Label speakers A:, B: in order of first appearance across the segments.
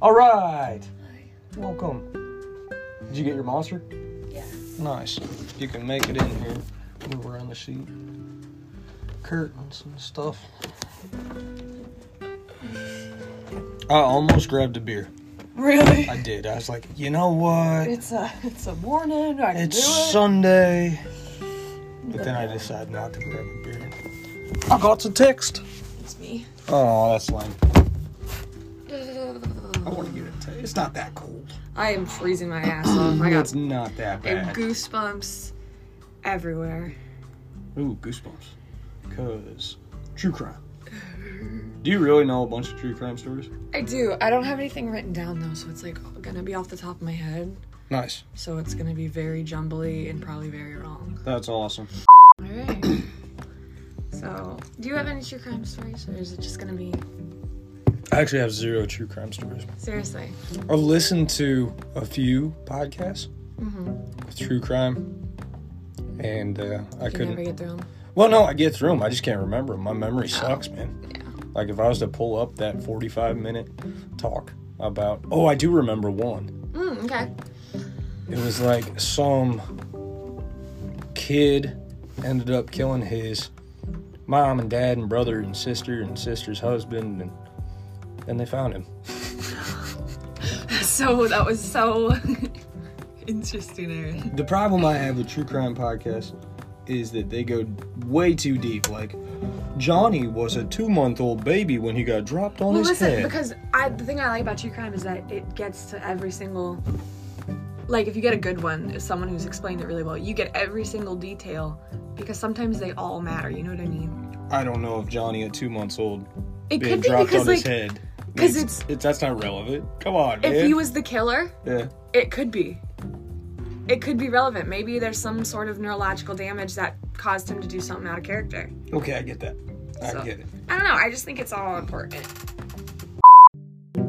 A: All right. Welcome. Did you get your monster?
B: Yeah.
A: Nice. You can make it in here. Move around the sheet. Curtains and stuff. I almost grabbed a beer.
B: Really?
A: I did. I was like, you know what?
B: It's a it's a morning. I can
A: It's
B: do it.
A: Sunday. But then I decided not to grab a beer. I got a text.
B: it's me.
A: Oh, that's lame. I want to get a taste. It's not that cold.
B: I am freezing my ass off. I got
A: It's not that
B: and
A: bad.
B: goosebumps everywhere.
A: Ooh, goosebumps. Cause true crime. Do you really know a bunch of true crime stories?
B: I do. I don't have anything written down though, so it's like gonna be off the top of my head.
A: Nice.
B: So it's gonna be very jumbly and probably very wrong.
A: That's awesome.
B: All right. So, do you have any true crime stories, or is it just gonna be
A: I actually have zero true crime stories.
B: seriously?
A: I've listened to a few podcasts
B: Mm-hmm.
A: with true crime, and uh, I
B: You
A: couldn't.
B: never get through them.
A: Well, no, I get through them. I just can't remember 'em. My memory sucks, man.
B: Oh, Yeah.
A: Like if I was to pull up that forty-five minute talk about, oh, I do remember one.
B: Mm, okay.
A: It was like some kid ended up killing his mom and dad and brother and sister and sister's husband and then they found him.
B: So that was so interesting, Aaron.
A: The problem I have with true crime podcasts is that they go way too deep. Like Johnny was a two month old baby when he got dropped on
B: Well,
A: his
B: listen,
A: head.
B: because I the thing I like about true crime is that it gets to every single. Like if you get a good one, if someone who's explained it really well, you get every single detail because sometimes they all matter. You know what I mean?
A: I don't know if Johnny at two months old
B: It
A: being
B: could be
A: dropped on
B: because
A: his
B: like
A: head.
B: 'cause
A: makes-
B: it's-
A: that's not relevant. Come on,
B: if
A: man.
B: he was the killer,
A: yeah.
B: it could be. It could be relevant. Maybe there's some sort of neurological damage that caused him to do something out of character.
A: Okay, I get that. I
B: So-
A: get it.
B: I don't know. I just think it's all important.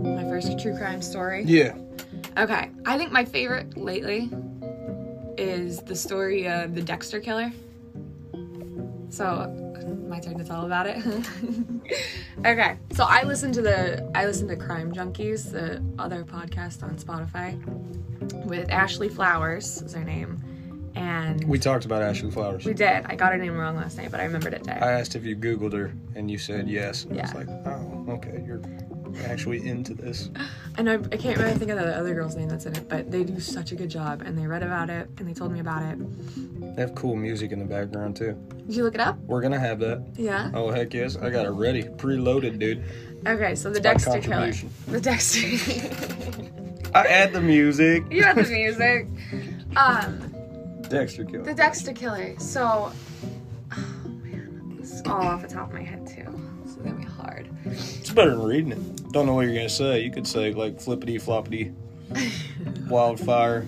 B: My first true crime story.
A: Yeah.
B: Okay, I think my favorite lately is the story of the Dexter killer. So, my turn to tell about it. okay, so I listen to the I listen to Crime Junkies, the other podcast on Spotify, with Ashley Flowers is her name, and
A: We talked about Ashley Flowers.
B: we did. I got her name wrong last night, but I remembered it today.
A: I asked if you Googled her, and you said yes. And I was
B: Yeah.
A: like, oh, okay, you're actually into this.
B: and I, I can't really think of the other girl's name that's in it, but they do such a good job, and they read about it and they told me about it.
A: They have cool music in the background, too.
B: Did you look it up?
A: We're going to have that.
B: Yeah.
A: Oh, heck yes. I got it ready, preloaded, dude.
B: Okay, so the
A: my
B: Dexter killer.
A: contribution.
B: The Dexter.
A: I add the music.
B: you have the music. Um,
A: Dexter Killer.
B: the Dexter killer. So, oh man, this is all off the top of my head too. This is gonna be hard.
A: It's better than reading it. Don't know what you're going to say. You could say, like, flippity floppity, wildfire,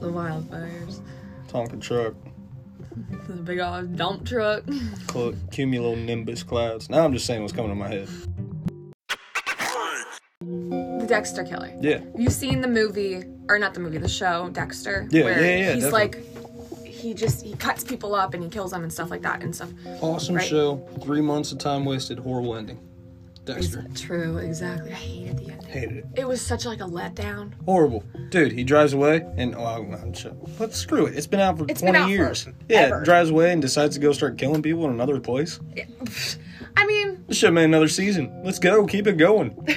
B: The wildfires.
A: Tonka truck,
B: The big old dump truck.
A: cl- cumulonimbus clouds. Now I'm just saying what's coming to my head.
B: The Dexter killer.
A: Yeah.
B: You've seen the movie, or not the movie, the show Dexter.
A: Yeah,
B: where
A: yeah, yeah,
B: He's
A: definitely.
B: like, he just he cuts people up and he kills them and stuff like that and stuff.
A: Awesome
B: Right.
A: show. Three months of time wasted. Horrible ending. Dexter.
B: True, exactly. I hated the ending.
A: Hated it.
B: It was such like a letdown.
A: Horrible, dude. He drives away and oh, I'm, I'm sh- but screw it. It's been out for
B: It's been
A: twenty
B: out for
A: years. yeah,
B: ever.
A: drives away and decides to go start killing people in another place.
B: I mean,
A: This should have been another season. Let's go. Keep it going.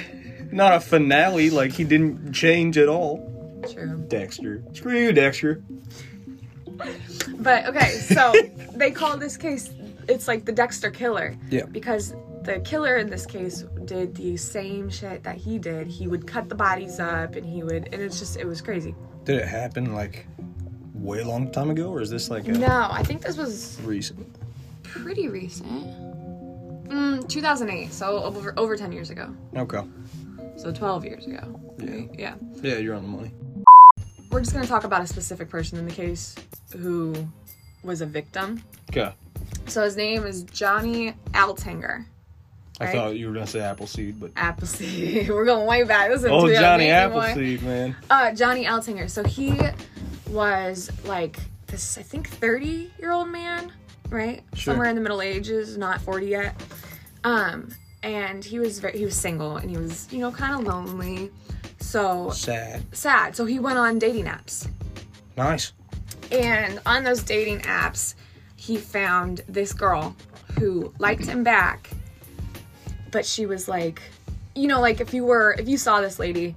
A: Not a finale like he didn't change at all.
B: true.
A: Dexter, screw you, Dexter.
B: But okay, so they call this case it's like the Dexter killer.
A: Yeah.
B: Because the killer in this case did the same shit that he did. He would cut the bodies up and he would and it's just it was crazy.
A: Did it happen like way long time ago, or is this like a
B: No, I think this was
A: recent?
B: pretty recent. Mm, 2008, so over over 10 years ago.
A: Okay.
B: So 12 years ago.
A: Yeah.
B: Yeah.
A: Yeah, you're on the money.
B: We're just going to talk about a specific person in the case who was a victim.
A: Okay.
B: So his name is Johnny Altenger.
A: I
B: Right.
A: thought you were gonna say Appleseed, but
B: Appleseed. We're going way back. This is
A: oh,
B: 2008
A: Johnny
B: anymore.
A: Appleseed, man.
B: Uh, Johnny Altinger. So he was like this, I think, 30 year old man, right?
A: Sure.
B: Somewhere in the Middle Ages, not 40 yet. Um, and he was very, he was single and he was you know kind of lonely, so
A: Sad.
B: sad. So he went on dating apps,
A: Nice.
B: and on those dating apps, he found this girl who liked him back, but she was like, you know, like if you were if you saw this lady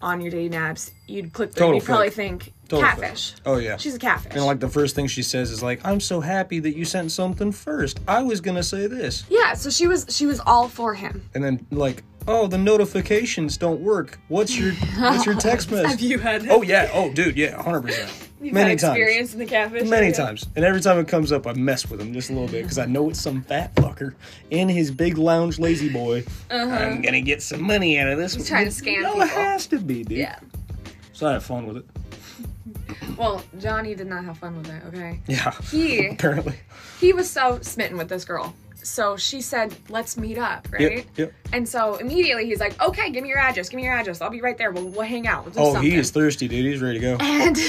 B: on your dating apps, you'd click through
A: Total
B: and you'd probably
A: fake.
B: think
A: Total fake.
B: catfish.
A: Oh, yeah.
B: she's a catfish.
A: And like the first thing she says is like, "I'm so happy that you sent something first. I was gonna say this."
B: yeah, so she was she was all for him.
A: And then like, "Oh, the notifications don't work. What's your what's your text message?"
B: you had
A: Oh yeah. Oh dude, yeah, hundred percent. Many times.
B: experience in the catfish?
A: Many
B: area?
A: times. And every time it comes up, I mess with him just a little bit because I know it's some fat fucker in his big lounge lazy boy. I'm gonna get some money out of this. He's
B: Uh-huh. trying to scam
A: No,
B: people.
A: it has to be, dude.
B: Yeah.
A: So I had fun with it.
B: Well, Johnny did not have fun with it. Okay.
A: Yeah.
B: He
A: Apparently.
B: he was so smitten with this girl. So she said, "Let's meet up," right?
A: Yep. Yep.
B: And so immediately he's like, "Okay, give me your address. Give me your address. I'll be right there. We'll, we'll hang out. We'll do
A: Oh,
B: something."
A: he is thirsty, dude. He's ready to go.
B: And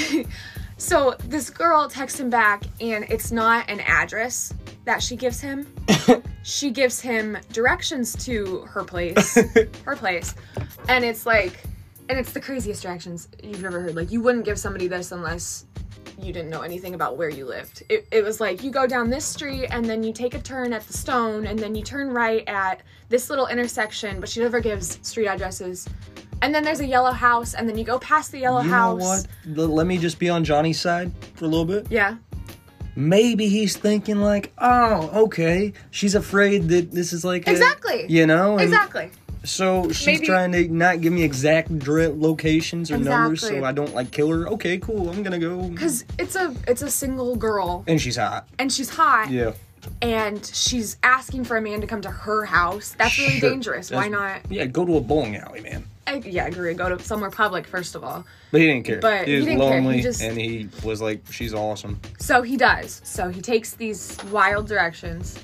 B: so this girl texts him back, and it's not an address that she gives him. she gives him directions to her place, her place, and it's like, and it's the craziest directions you've ever heard. Like you wouldn't give somebody this unless you didn't know anything about where you lived. It, it was like you go down this street and then you take a turn at the stone and then you turn right at this little intersection, but she never gives street addresses. And then there's a yellow house, and then you go past the yellow
A: You
B: house.
A: know what? L- let me just be on Johnny's side for a little bit.
B: Yeah.
A: Maybe he's thinking like, oh, okay, she's afraid that this is like a-
B: Exactly.
A: you know, and
B: Exactly.
A: So she's
B: Maybe-
A: trying to not give me exact dra- locations or numbers, so
B: Exactly.
A: I don't like kill her. Okay, cool. I'm gonna go.
B: Cause it's a it's a single girl
A: And she's hot.
B: and she's hot
A: Yeah.
B: and she's asking for a man to come to her house. That's really
A: Sure.
B: dangerous. Why
A: That's-
B: not?
A: Yeah, go to a bowling alley, man.
B: I, yeah, I agree. Go to somewhere public first of all.
A: But he didn't care.
B: But
A: he
B: he
A: was
B: didn't care. He
A: lonely,
B: just-
A: and he was like, "She's awesome."
B: So he does. So he takes these wild directions.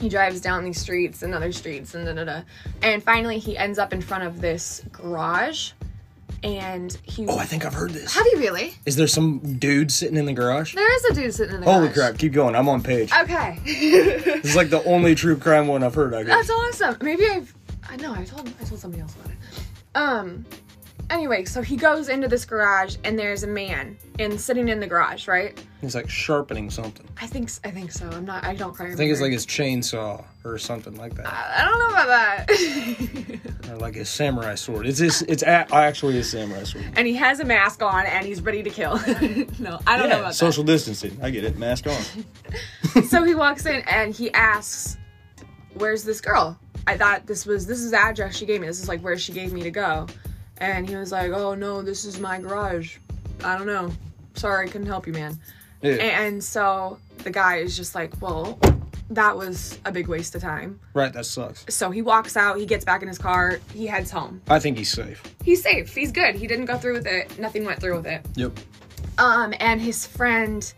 B: He drives down these streets and other streets and da da da. And finally he ends up in front of this garage and he
A: Oh, I think I've heard this.
B: Have you really?
A: Is there some dude sitting in the garage?
B: There is a dude sitting in the
A: Holy
B: garage.
A: crap! Keep going. I'm on page.
B: Okay.
A: This is like the only true crime one I've heard. I guess.
B: That's awesome. Maybe I've I know I told I told somebody else about it. Um anyway, so he goes into this garage and there's a man and sitting in the garage, right?
A: He's like sharpening something.
B: I think s- I think so. I'm not I don't quite remember.
A: I think it's like his chainsaw or something like that,
B: I don't know about that.
A: or like his samurai sword. It's his, it's a, actually his samurai sword.
B: and he has a mask on and he's ready to kill. no, I don't know about
A: social distancing. I get it. Mask on.
B: that. So he walks in and he asks, "Where's this girl?" I thought this was this is the address she gave me. This is like where she gave me to go. And he was like, "Oh no, this is my garage. I don't know. Sorry, couldn't help you, man."
A: Yeah,
B: And so the guy is just like, "Well, that was a big waste of time."
A: right. That sucks.
B: So he walks out, he gets back in his car, he heads home.
A: I think he's safe.
B: He's safe. He's good. He didn't go through with it. Nothing went through with it.
A: Yep.
B: Um, and his friend,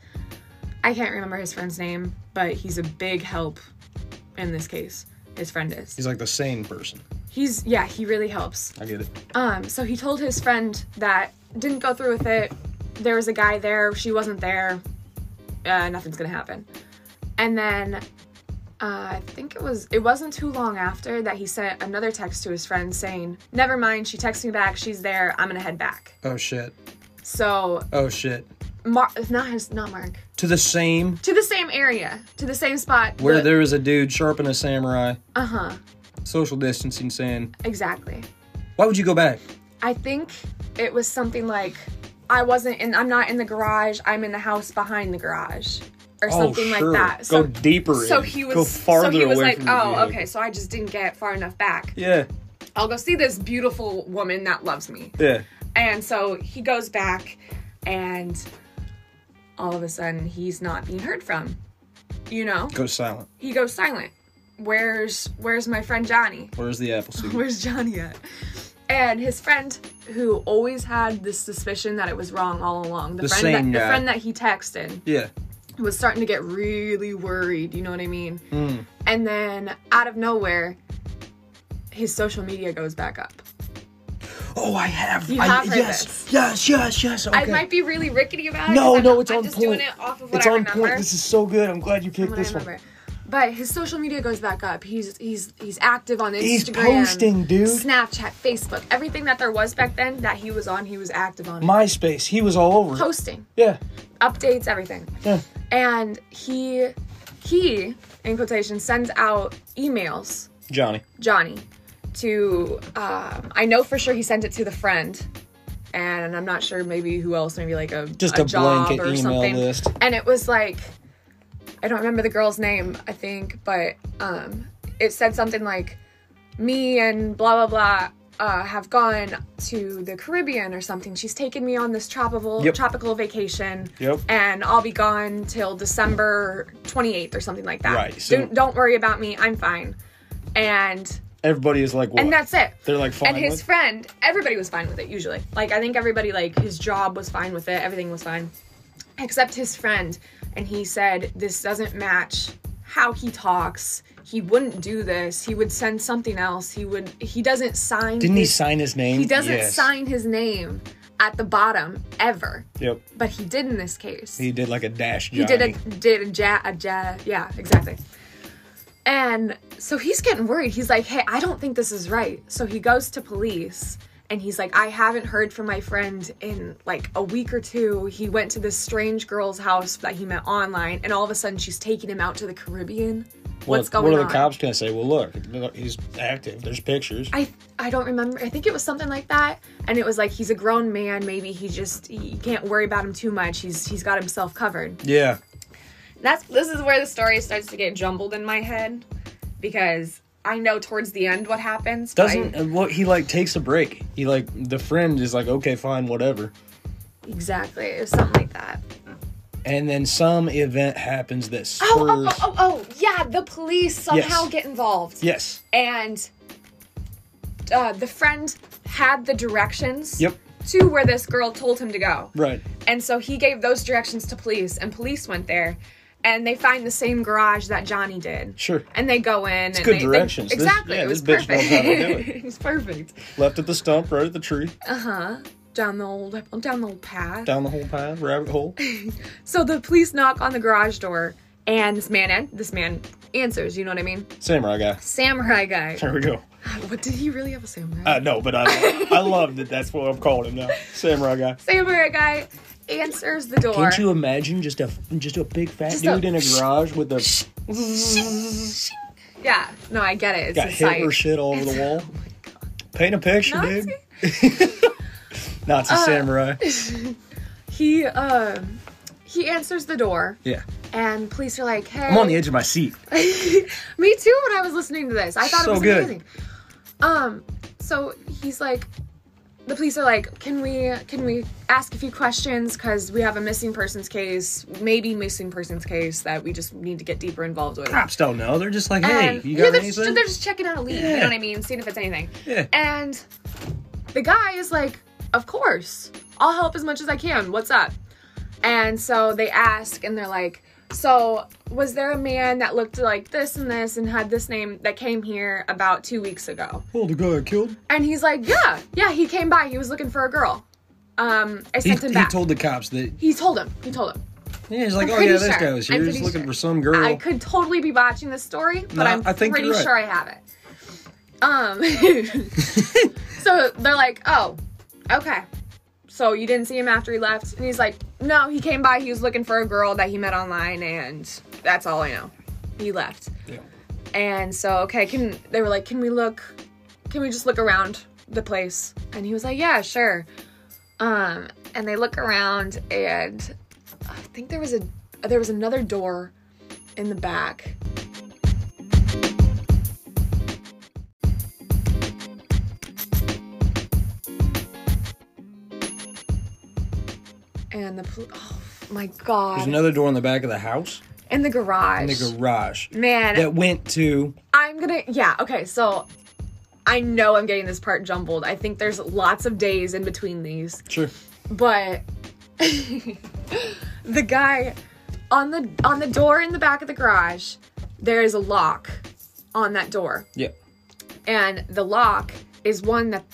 B: I can't remember his friend's name, but he's a big help in this case. His friend is.
A: He's like the sane person.
B: He's yeah, he really helps.
A: I get it.
B: Um, so he told his friend that didn't go through with it. There was a guy there. She wasn't there. Uh, nothing's gonna happen. And then uh, I think it was it wasn't too long after that he sent another text to his friend saying, "Never mind. She texted me back. She's there. I'm gonna head back."
A: Oh shit.
B: So
A: Oh shit.
B: Mar- not his, not Mark.
A: To the same
B: to the same area, to the same spot.
A: where there was a dude sharpening a samurai,
B: Uh huh.
A: social distancing, saying,
B: Exactly.
A: "Why would you go back?"
B: I think it was something like, I wasn't in. I'm not in the garage. I'm in the house behind the garage, or something
A: oh, sure.
B: like that.
A: Go
B: So,
A: deeper.
B: so
A: in.
B: he was.
A: Go farther
B: so he was
A: away
B: like,
A: from the
B: oh,
A: vehicle."
B: okay. So I just didn't get far enough back.
A: Yeah.
B: I'll go see this beautiful woman that loves me.
A: Yeah.
B: And so he goes back, and all of a sudden he's not being heard from. You know,
A: Go silent.
B: he goes silent. Where's Where's my friend Johnny?
A: Where's the apple seed?
B: where's Johnny at? And his friend, who always had this suspicion that it was wrong all along, the,
A: The
B: friend
A: same
B: that,
A: guy.
B: the friend that he texted,
A: Yeah.
B: was starting to get really worried. You know what I mean?
A: Hmm.
B: And then out of nowhere, his social media goes back up.
A: Oh, I have.
B: You
A: I,
B: have heard
A: yes,
B: this.
A: yes, yes, yes. Okay.
B: I might be really rickety about it.
A: no,
B: 'cause I'm-
A: no, it's
B: I'm
A: on
B: just
A: point.
B: doing it off of what
A: it's
B: I
A: on
B: remember.
A: point. This is so good. I'm glad you picked
B: what I
A: this one.
B: remember. But his social media goes back up. He's he's he's active on Instagram.
A: He's posting, dude.
B: Snapchat, Facebook, everything that there was back then that he was on, he was active on.
A: MySpace. He was all over. it.
B: Posting,
A: Yeah,
B: updates, everything.
A: yeah.
B: And he he in quotation sends out emails
A: Johnny.
B: Johnny to um, I know for sure he sent it to the friend and I'm not sure maybe who else maybe like a
A: Just a
B: job
A: blanket
B: or
A: email
B: something.
A: list.
B: and it was like I don't remember the girl's name I think but um it said something like me and blah blah blah uh, have gone to the Caribbean or something. She's taken me on this tropical
A: Yep.
B: tropical vacation,
A: Yep.
B: and I'll be gone till December 28th or something like that.
A: Right, so-
B: don't, don't worry about me. I'm fine. And
A: Everybody is like, what?
B: and that's it.
A: They're like, fine.
B: and his
A: with-
B: friend, everybody was fine with it usually. Like I think everybody like his job was fine with it, everything was fine. Except his friend, and he said this doesn't match how he talks. He wouldn't do this. He would send something else. He would he doesn't sign
A: Didn't he
B: his-
A: sign his name?
B: He doesn't
A: Yes.
B: sign his name at the bottom ever.
A: Yep.
B: But he did in this case.
A: He did like a dash. Johnny.
B: He did a did a ja a ja yeah exactly. And so he's getting worried. He's like, "Hey, I don't think this is right." So he goes to police and he's like, "I haven't heard from my friend in like a week or two. He went to this strange girl's house that he met online, and all of a sudden she's taking him out to the Caribbean.
A: What-
B: What's going
A: What are
B: on?"
A: the cops gonna say? Well, look, look, he's active. There's pictures.
B: I I don't remember. I think it was something like that. And it was like he's a grown man. Maybe he just you can't worry about him too much. He's he's got himself covered.
A: yeah.
B: that's this is where the story starts to get jumbled in my head because I know towards the end what happens. but I-
A: Doesn't uh, what he like takes a break. He like the friend is like, okay, fine, whatever.
B: exactly it was something like that.
A: And then some event happens that spurs.
B: Oh, oh, oh, oh, oh, yeah, the police somehow
A: Yes.
B: get involved,
A: Yes.
B: and uh, the friend had the directions
A: Yep.
B: to where this girl told him to go,
A: Right.
B: and so he gave those directions to police, and police went there, and they find the same garage that Johnny did.
A: Sure.
B: And they go in. and
A: good
B: they, they-
A: directions. This-
B: exactly.
A: yeah,
B: it
A: this
B: was
A: bitch knows
B: perfect.
A: how to do
B: it was perfect.
A: Left at the stump, right at the tree,
B: down the old down the old path.
A: down the whole path, rabbit hole.
B: So the police knock on the garage door, and this man an- this man answers. You know what I mean?
A: Samurai guy.
B: Samurai guy. Uh,
A: There we go.
B: What did he really have a samurai?
A: Uh, no, but I, I love that. That's what I'm calling him now. Samurai guy.
B: samurai guy answers the door.
A: Can't you imagine just a just a big fat
B: Just a-
A: dude in a garage with a
B: yeah. No, I get it. It's
A: got
B: a
A: Hitler
B: sight.
A: shit all over the wall? Paint a picture,
B: Oh Nazi? Uh,
A: dude. Nazi samurai.
B: He um he answers the door,
A: Yeah.
B: and police are like, "Hey."
A: I'm on the edge of my seat.
B: Me too. When I was listening to this, I thought
A: So
B: it was
A: good.
B: amazing. Um, so he's like, the police are like, can we can we ask a few questions because we have a missing persons case, maybe missing persons case that we just need to get deeper involved with.
A: Cops don't know. They're just like, hey,
B: And
A: you
B: Uh, yeah,
A: got
B: they're,
A: anything?
B: Just, they're just checking out a lead. You
A: Yeah.
B: know what I mean? Seeing if it's anything.
A: Yeah.
B: And the guy is like, Of course. I'll help as much as I can. What's up? And so they ask, and they're like, So, was there a man that looked like this and this and had this name that came here about two weeks ago?
A: Well, the guy I killed.
B: And he's like, Yeah, yeah, he came by. He was looking for a girl. Um, I
A: He,
B: sent him
A: he
B: back.
A: told the cops that.
B: he told him. He told him.
A: Yeah, he's like,
B: I'm
A: oh yeah,
B: pretty
A: this
B: sure.
A: guy was here.
B: I'm
A: He's
B: pretty
A: looking
B: sure.
A: for some girl.
B: I could totally be botching this story, but
A: No,
B: I'm
A: I think
B: pretty
A: you're right.
B: sure I have it. Um, so they're like, oh, okay. So you didn't see him after he left? And he's like, no, he came by. He was looking for a girl that he met online, and that's all I know. He left.
A: Yeah.
B: And so, okay, can they were like, can we look? Can we just look around the place? And he was like, yeah, sure. Um, and they look around, and I think there was a there was another door in the back. And the pol- oh my
A: There's
B: god!
A: another door in the back of the house,
B: in the garage.
A: in the garage,
B: Man,
A: that went to.
B: I'm gonna, yeah, okay, so I know I'm getting this part jumbled. I think there's lots of days in between these,
A: Sure.
B: but the guy on the on the door in the back of the garage, there is a lock on that door,
A: Yeah.
B: and the lock is one that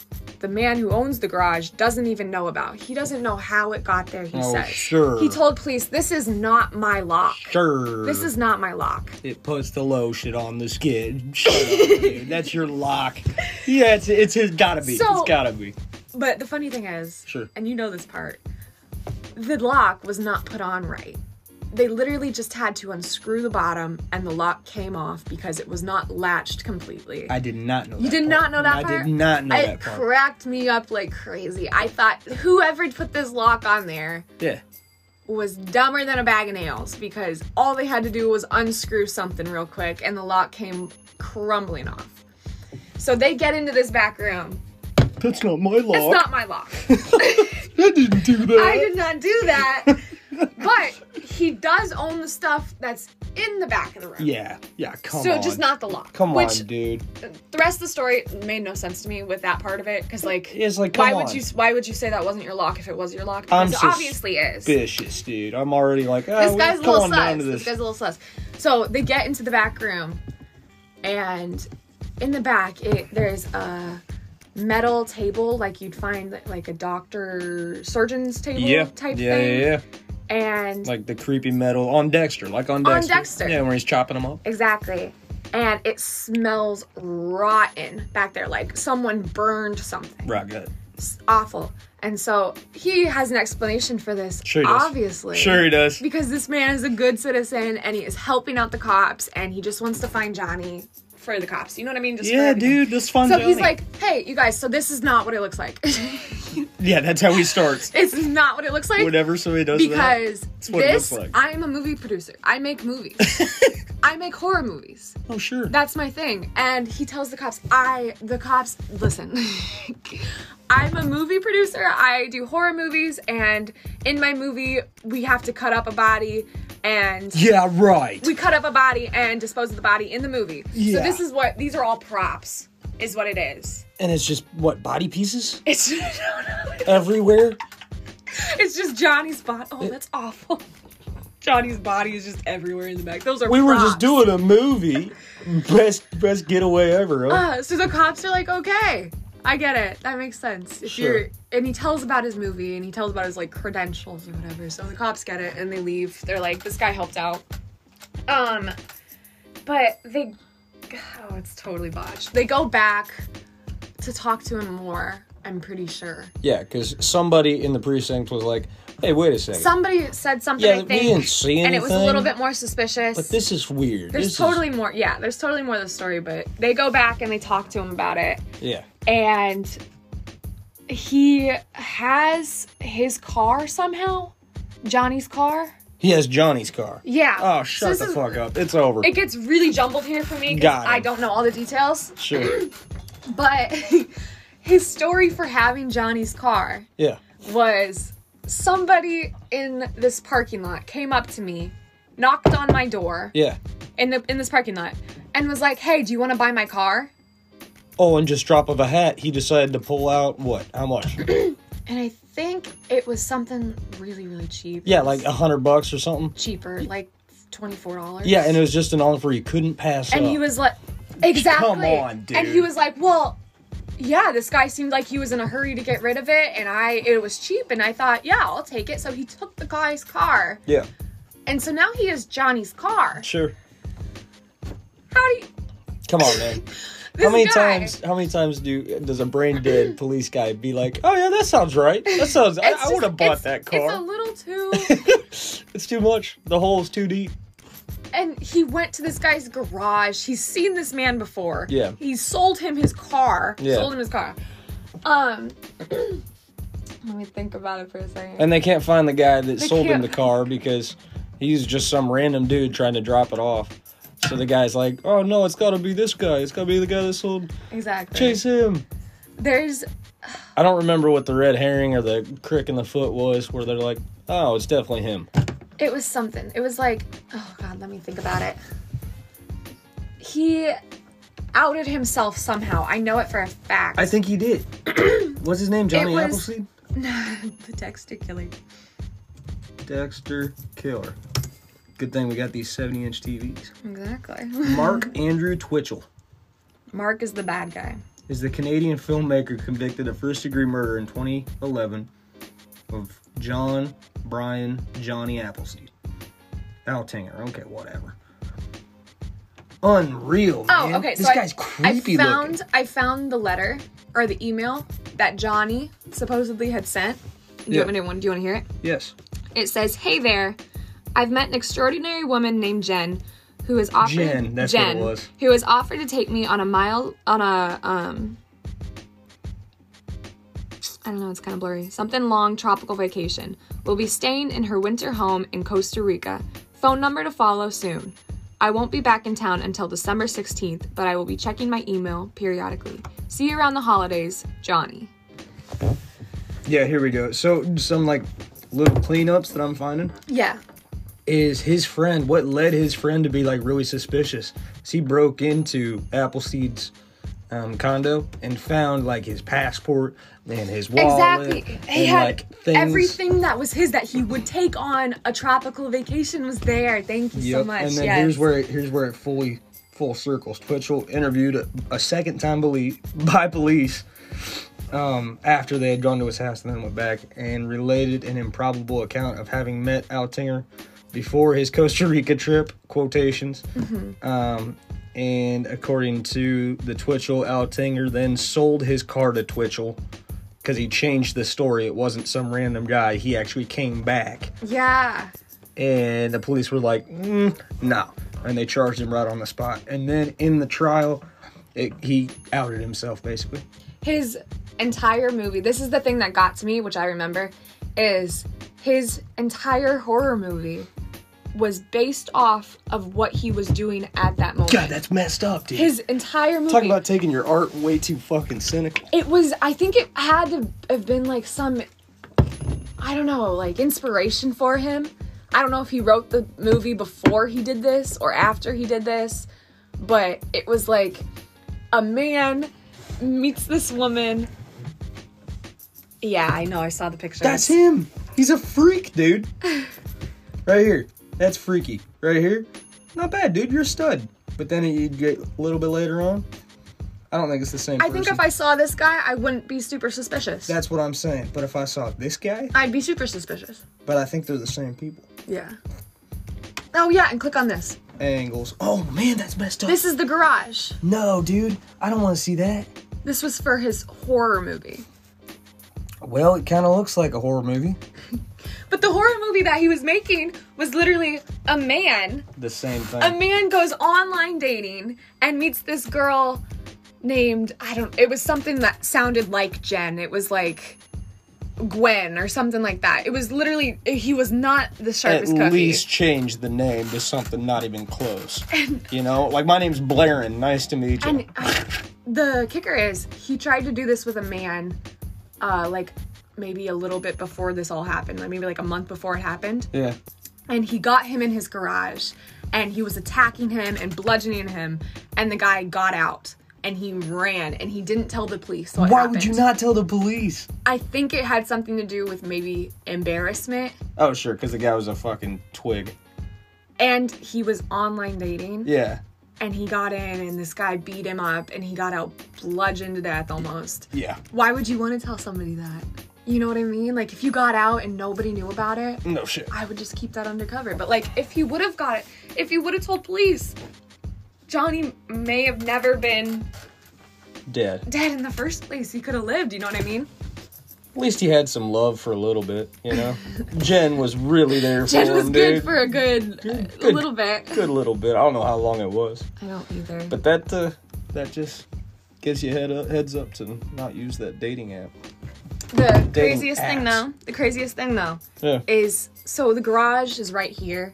B: the man who owns the garage doesn't even know about. He doesn't know how it got there, he
A: Oh,
B: says.
A: sure.
B: He told police, This is not my lock.
A: Sure.
B: This is not my lock.
A: It puts the lotion on the skin. Shut up, dude. That's your lock. Yeah, it's it's, it's gotta be.
B: So-
A: it's gotta be.
B: But the funny thing is,
A: Sure.
B: and you know this part, the lock was not put on right. They literally just had to unscrew the bottom and the lock came off because it was not latched completely.
A: I did not know.
B: you did not know that
A: I
B: part?
A: did not know
B: it
A: that part.
B: cracked me up like crazy. I thought whoever put this lock on there
A: yeah.
B: was dumber than a bag of nails because all they had to do was unscrew something real quick and the lock came crumbling off. So they get into this back room.
A: That's not my lock.
B: It's not my lock.
A: I didn't do that.
B: I did not do that. but he does own the stuff that's in the back of the room.
A: Yeah. Yeah. Come
B: so
A: on.
B: just not the lock.
A: Come
B: which,
A: on, dude.
B: the rest of the story made no sense to me with that part of it because like
A: It's like,
B: why
A: come
B: would
A: on.
B: you why would you say that wasn't your lock if it was your lock?
A: I'm
B: Because it obviously is.
A: Vicious, dude. I'm already like, oh,
B: This guy's a
A: come
B: little
A: on down to
B: sus. This
A: this.
B: guy's a little sus. So they get into the back room, and in the back, it, there's a metal table like you'd find like a doctor surgeon's table
A: yeah.
B: type
A: yeah,
B: thing.
A: yeah, yeah.
B: And
A: Like the creepy metal on Dexter, like on Dexter.
B: Dexter.
A: Yeah, where he's chopping them up.
B: Exactly. And it smells rotten back there, like someone burned something.
A: Right, good.
B: It's awful. And so he has an explanation for this,
A: Sure he does.
B: obviously.
A: Sure he does.
B: Because this man is a good citizen and he is helping out the cops and he just wants to find Johnny for the cops. You know what I mean? Just for
A: Yeah,
B: everything.
A: dude, this fun.
B: So he's
A: Johnny.
B: like, hey, you guys, so this is not what it looks like.
A: yeah, that's how he starts.
B: it's not what it looks like.
A: Whenever somebody does that,
B: Because
A: what it
B: this,
A: looks like.
B: I am a movie producer. I make movies. I make horror movies.
A: oh sure,
B: That's my thing. And he tells the cops, I, the cops, listen, I'm a movie producer. I do horror movies. And in my movie, we have to cut up a body and.
A: yeah, right.
B: We cut up a body and dispose of the body in the movie.
A: Yeah.
B: So this is what these are all props, is what it is.
A: and it's just what body pieces
B: It's no, no,
A: everywhere.
B: it's just Johnny's body. Oh, that's awful. Johnny's body is just everywhere in the back. Those are
A: We were just
B: props.
A: doing a movie. Best best getaway ever. Huh?
B: Uh, so the cops are like, okay, I get it. That makes sense. If
A: Sure.
B: you're and he tells about his movie and he tells about his like credentials or whatever. So the cops get it and they leave. They're like, this guy helped out. Um, but they, oh, it's totally botched. They go back to talk to him more. I'm pretty sure
A: yeah, because somebody in the precinct was like, "Hey, wait a second.
B: somebody said something.
A: Yeah,
B: I
A: we
B: think,
A: didn't see
B: and it was a little
A: anything.
B: bit more suspicious.
A: but this is weird.
B: there's
A: this
B: totally more. Yeah, there's totally more to the story. But they go back and they talk to him about it.
A: is, yeah."
B: and he has his car somehow. Johnny's car.
A: He has Johnny's car.
B: Yeah.
A: Oh,
B: So
A: shut
B: this
A: the
B: is-
A: fuck up. It's over.
B: It gets really jumbled here for me because
A: Got it.
B: I don't know all the details.
A: sure.
B: But his story for having Johnny's car
A: Yeah.
B: was somebody in this parking lot came up to me, knocked on my door
A: Yeah.
B: in the in this parking lot, and was like, "Hey, do you want to buy my car?"
A: Oh, and just drop of a hat, he decided to pull out what? How much?
B: And I think it was something really really cheap.
A: Yeah, like a hundred bucks or something.
B: cheaper, like twenty four dollars.
A: Yeah, and it was just an offer you couldn't pass
B: and
A: up.
B: he was like, exactly.
A: on, dude.
B: And he was like, well, yeah, this guy seemed like he was in a hurry to get rid of it, and I it was cheap, and I thought, yeah, I'll take it. So he took the guy's car,
A: yeah,
B: and so now he has Johnny's car.
A: sure.
B: How do you?
A: Come on, man.
B: This
A: how many
B: guy,
A: times? How many times do does a brain dead police guy be like, "Oh yeah, that sounds right. That sounds. I,
B: it's
A: I would
B: just-
A: have bought
B: it's-
A: that
B: It's a
A: car.
B: little too.
A: It's, too much. The hole's too deep.
B: and he went to this guy's garage. He's seen this man before.
A: Yeah.
B: He sold him his car.
A: Yeah.
B: Sold him his car. Um. Let me think about it for a second.
A: And they can't find the guy that
B: They
A: sold him
B: can't-
A: the car because he's just some random dude trying to drop it off. So the guy's like, "Oh no, it's got to be this guy. It's got to be the guy that sold.
B: Exactly.
A: Chase him."
B: There's
A: I don't remember what the red herring or the crick in the foot was, where they're like, "Oh, it's definitely him."
B: it was something. It was like, oh god, let me think about it. He outed himself somehow. I know it for a fact.
A: I think he did. What's his name? Johnny
B: was-
A: Appleseed?
B: the Dexter killer.
A: Dexter Killer. Good thing we got these 70 inch TVs.
B: Exactly.
A: Mark Andrew Twitchell.
B: Mark is the bad guy.
A: is the Canadian filmmaker convicted of first degree murder in 2011 of John Brian Johnny Appleseed. Altinger, okay, whatever. Unreal.
B: Oh,
A: man.
B: okay.
A: This
B: so I-
A: guy's creepy
B: I found
A: looking.
B: I found the letter or the email that Johnny supposedly had sent. Do you
A: Yeah.
B: have anyone? Do you want to hear it?
A: Yes.
B: It says, "Hey there, I've met an extraordinary woman named Jen, who has offered
A: Jen, that's what it
B: Jen,
A: was.
B: who has offered to take me on a mile on a um." I don't know, it's kind of blurry. Something long tropical vacation. We'll be staying in her winter home in Costa Rica. Phone number to follow soon. I won't be back in town until December 16th, but I will be checking my email periodically. See you around the holidays, Johnny.
A: Yeah, here we go. So some like little cleanups that I'm finding
B: Yeah.
A: is his friend. What led his friend to be like really suspicious? Is he broke into Appleseed's um, condo and found like his passport and his wallet.
B: Exactly. He
A: and,
B: had
A: like, things.
B: everything that was his that he would take on a tropical vacation was there. Thank you so
A: Yep,
B: much.
A: And then
B: yes.
A: here's where it, here's where it fully full circles. Twitchell interviewed a, a second time belie- by police um, after they had gone to his house and then went back and related an improbable account of having met Altinger before his Costa Rica trip. Quotations.
B: Mm-hmm.
A: Um, and according to the Twitchell, Altinger then sold his car to Twitchell because he changed the story. It wasn't some random guy. He actually came back
B: yeah.
A: and the police were like, mm, "No," and they charged him right on the spot. And then in the trial, it, he outed himself basically.
B: His entire movie. This is the thing that got to me, which I remember, is his entire horror movie was based off of what he was doing at that moment.
A: God, that's messed up, dude.
B: his entire movie.
A: Talk about taking your art way too fucking cynical.
B: it was i think it had to have been like some i don't know like inspiration for him i don't know if he wrote the movie before he did this or after he did this but it was like a man meets this woman yeah i know i saw the picture
A: That's him. He's a freak, dude. right here, that's freaky. Right here, not bad, dude. You're a stud. But then you get a little bit later on. I don't think it's the same.
B: i think
A: person.
B: if i saw this guy i wouldn't be super suspicious
A: That's what I'm saying. But if I saw this guy,
B: i'd be super suspicious
A: but I think they're the same people.
B: yeah oh yeah and click on this
A: Angles. Oh man, that's messed up.
B: this is the garage
A: No, dude, I don't want to see that.
B: this was for his horror movie
A: Well, it kind of looks like a horror movie.
B: But the horror movie that he was making was literally a man.
A: The same thing.
B: A man goes online dating and meets this girl named, I don't, it was something that sounded like Jen. It was like Gwen or something like that. It was literally, he was not the
A: At
B: sharpest cookie.
A: least change the name to something not even close. you know, like my name's Blairin. Nice to meet you.
B: And uh, the kicker is, he tried to do this with a man, uh, like maybe a little bit before this all happened, like maybe like a month before it happened.
A: yeah.
B: and he got him in his garage and he was attacking him and bludgeoning him and the guy got out and he ran and he didn't tell the police what
A: Why
B: happened.
A: would you not tell the police?
B: i think it had something to do with maybe embarrassment
A: Oh, sure, because the guy was a fucking twig.
B: and he was online dating
A: Yeah.
B: and he got in and this guy beat him up and he got out bludgeoned to death almost
A: Yeah.
B: why would you want to tell somebody that you know what i mean like if you got out and nobody knew about it
A: No shit.
B: I would just keep that undercover. But like, if he would have got it, if he would have told police, Johnny may have never been
A: Dead.
B: dead in the first place. He could have lived. You know what I mean?
A: At least he had some love for a little bit, you know? Jen was really there for
B: Jen
A: him,
B: was
A: dude.
B: good for a good, uh,
A: good.
B: little bit.
A: good little bit. I don't know how long it was.
B: I don't either.
A: But that uh, that just gives you head up, heads up to not use that dating app.
B: the craziest
A: apps.
B: thing though, the craziest thing though,
A: Yeah.
B: is so the garage is right here,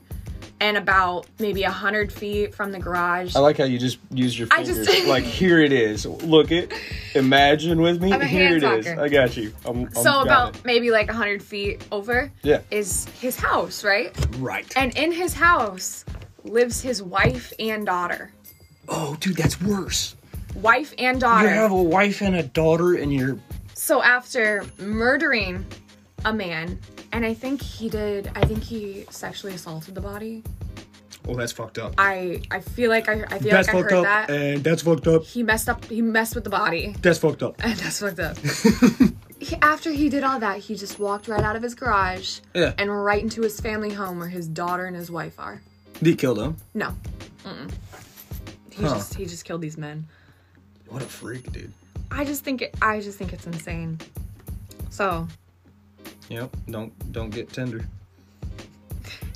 B: and about maybe a hundred feet from the garage.
A: I like how you just use your
B: I
A: fingers.
B: just-
A: like here it is. Look it. Imagine with me.
B: I'm a
A: here it is.
B: hand talker.
A: I got you. I'm, I'm
B: so
A: got
B: about
A: it.
B: maybe like a hundred feet over
A: Yeah.
B: is his house, right?
A: right.
B: And in his house lives his wife and daughter.
A: oh, dude, that's worse.
B: Wife and
A: You
B: daughter.
A: have a wife and a daughter, and you're
B: so after murdering a man, and I think he did, I think he sexually assaulted the body.
A: Oh, that's fucked up.
B: I I feel like I I feel
A: that's
B: like I
A: fucked
B: heard
A: up, eh?
B: that.
A: and that's fucked up.
B: he messed up. He messed with the body,
A: That's fucked up.
B: and that's fucked up. he, after he did all that, he just walked right out of his garage
A: Yeah.
B: and right into his family home where his daughter and his wife are.
A: Did he kill them?
B: No, Mm-mm. he
A: Huh.
B: just he just killed these men.
A: What a freak, dude.
B: I just think it. I just think it's insane. So,
A: Yep. Don't don't get Tinder,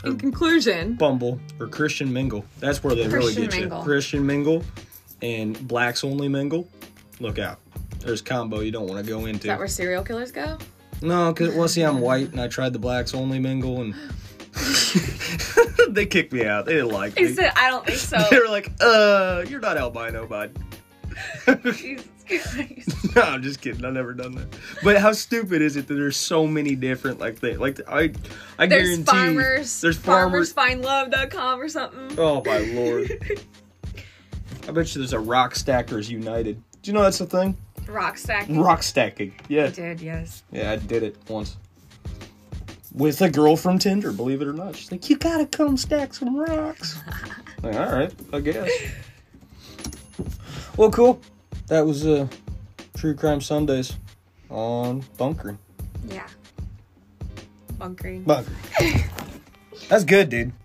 A: Oh.
B: in conclusion,
A: Bumble, or Christian Mingle. That's where they
B: Christian
A: really get
B: Mingle.
A: you. Christian Mingle, and blacks only mingle. Look out. There's combo you don't want to go into.
B: is that where serial killers go?
A: No, cause well, see, I'm white, and I tried the blacks only mingle, and they kicked me out. They didn't like me.
B: He said, I don't think so.
A: They were like, "Uh, you're not albino, bud."
B: Jesus Christ.
A: no, I'm just kidding. I've never done that. But how stupid is it that there's so many different like they like I I
B: There's
A: guarantee
B: farmers.
A: there's
B: farmers.
A: farmers.
B: Farmersfindlove.com or something.
A: Oh my lord! I bet you there's a Rock Stackers United. Do you know that's a thing?
B: Rock stack.
A: Rock stacking. Yeah,
B: Dude, yes.
A: yeah, I did it once. With a girl from Tinder, believe it or not. She's like, you gotta come stack some rocks. like, all right, I guess. Well, cool. That was uh, True Crime Sundays on Bunkering.
B: Yeah. Bunkering.
A: Bunker. That's good, dude.